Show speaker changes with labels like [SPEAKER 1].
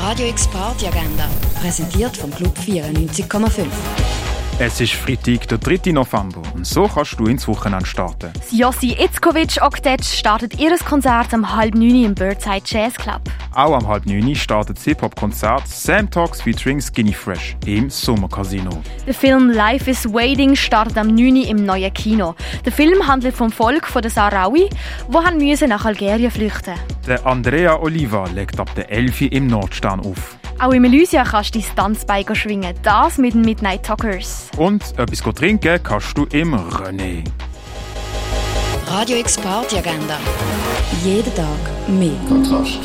[SPEAKER 1] Radio X Party Agenda, präsentiert vom Club 94,5.
[SPEAKER 2] Es ist Freitag, der 3. November und so kannst du ins Wochenende starten.
[SPEAKER 3] Das Jossi Itzkovic Oktett startet ihr Konzert am halb 9 im Birdside Jazz Club.
[SPEAKER 2] Auch am halb 9 startet das Hip-Hop-Konzert Sam Talks featuring Skinny Fresh im Sommercasino.
[SPEAKER 3] Der Film Life is Waiting startet am 9 im neuen Kino. Der Film handelt vom Volk von der Sahrawi, wo han müssen nach Algerien flüchten.
[SPEAKER 2] Der Andrea Oliva legt ab der 11 Uhr im Nordstern auf.
[SPEAKER 3] Auch im Elysia kannst du dein Tanzbein schwingen, das mit den Midnight Talkers.
[SPEAKER 2] Und etwas trinken kannst du im René.
[SPEAKER 1] Radio X Party Agenda. Jeden Tag mehr.
[SPEAKER 4] Kontrast.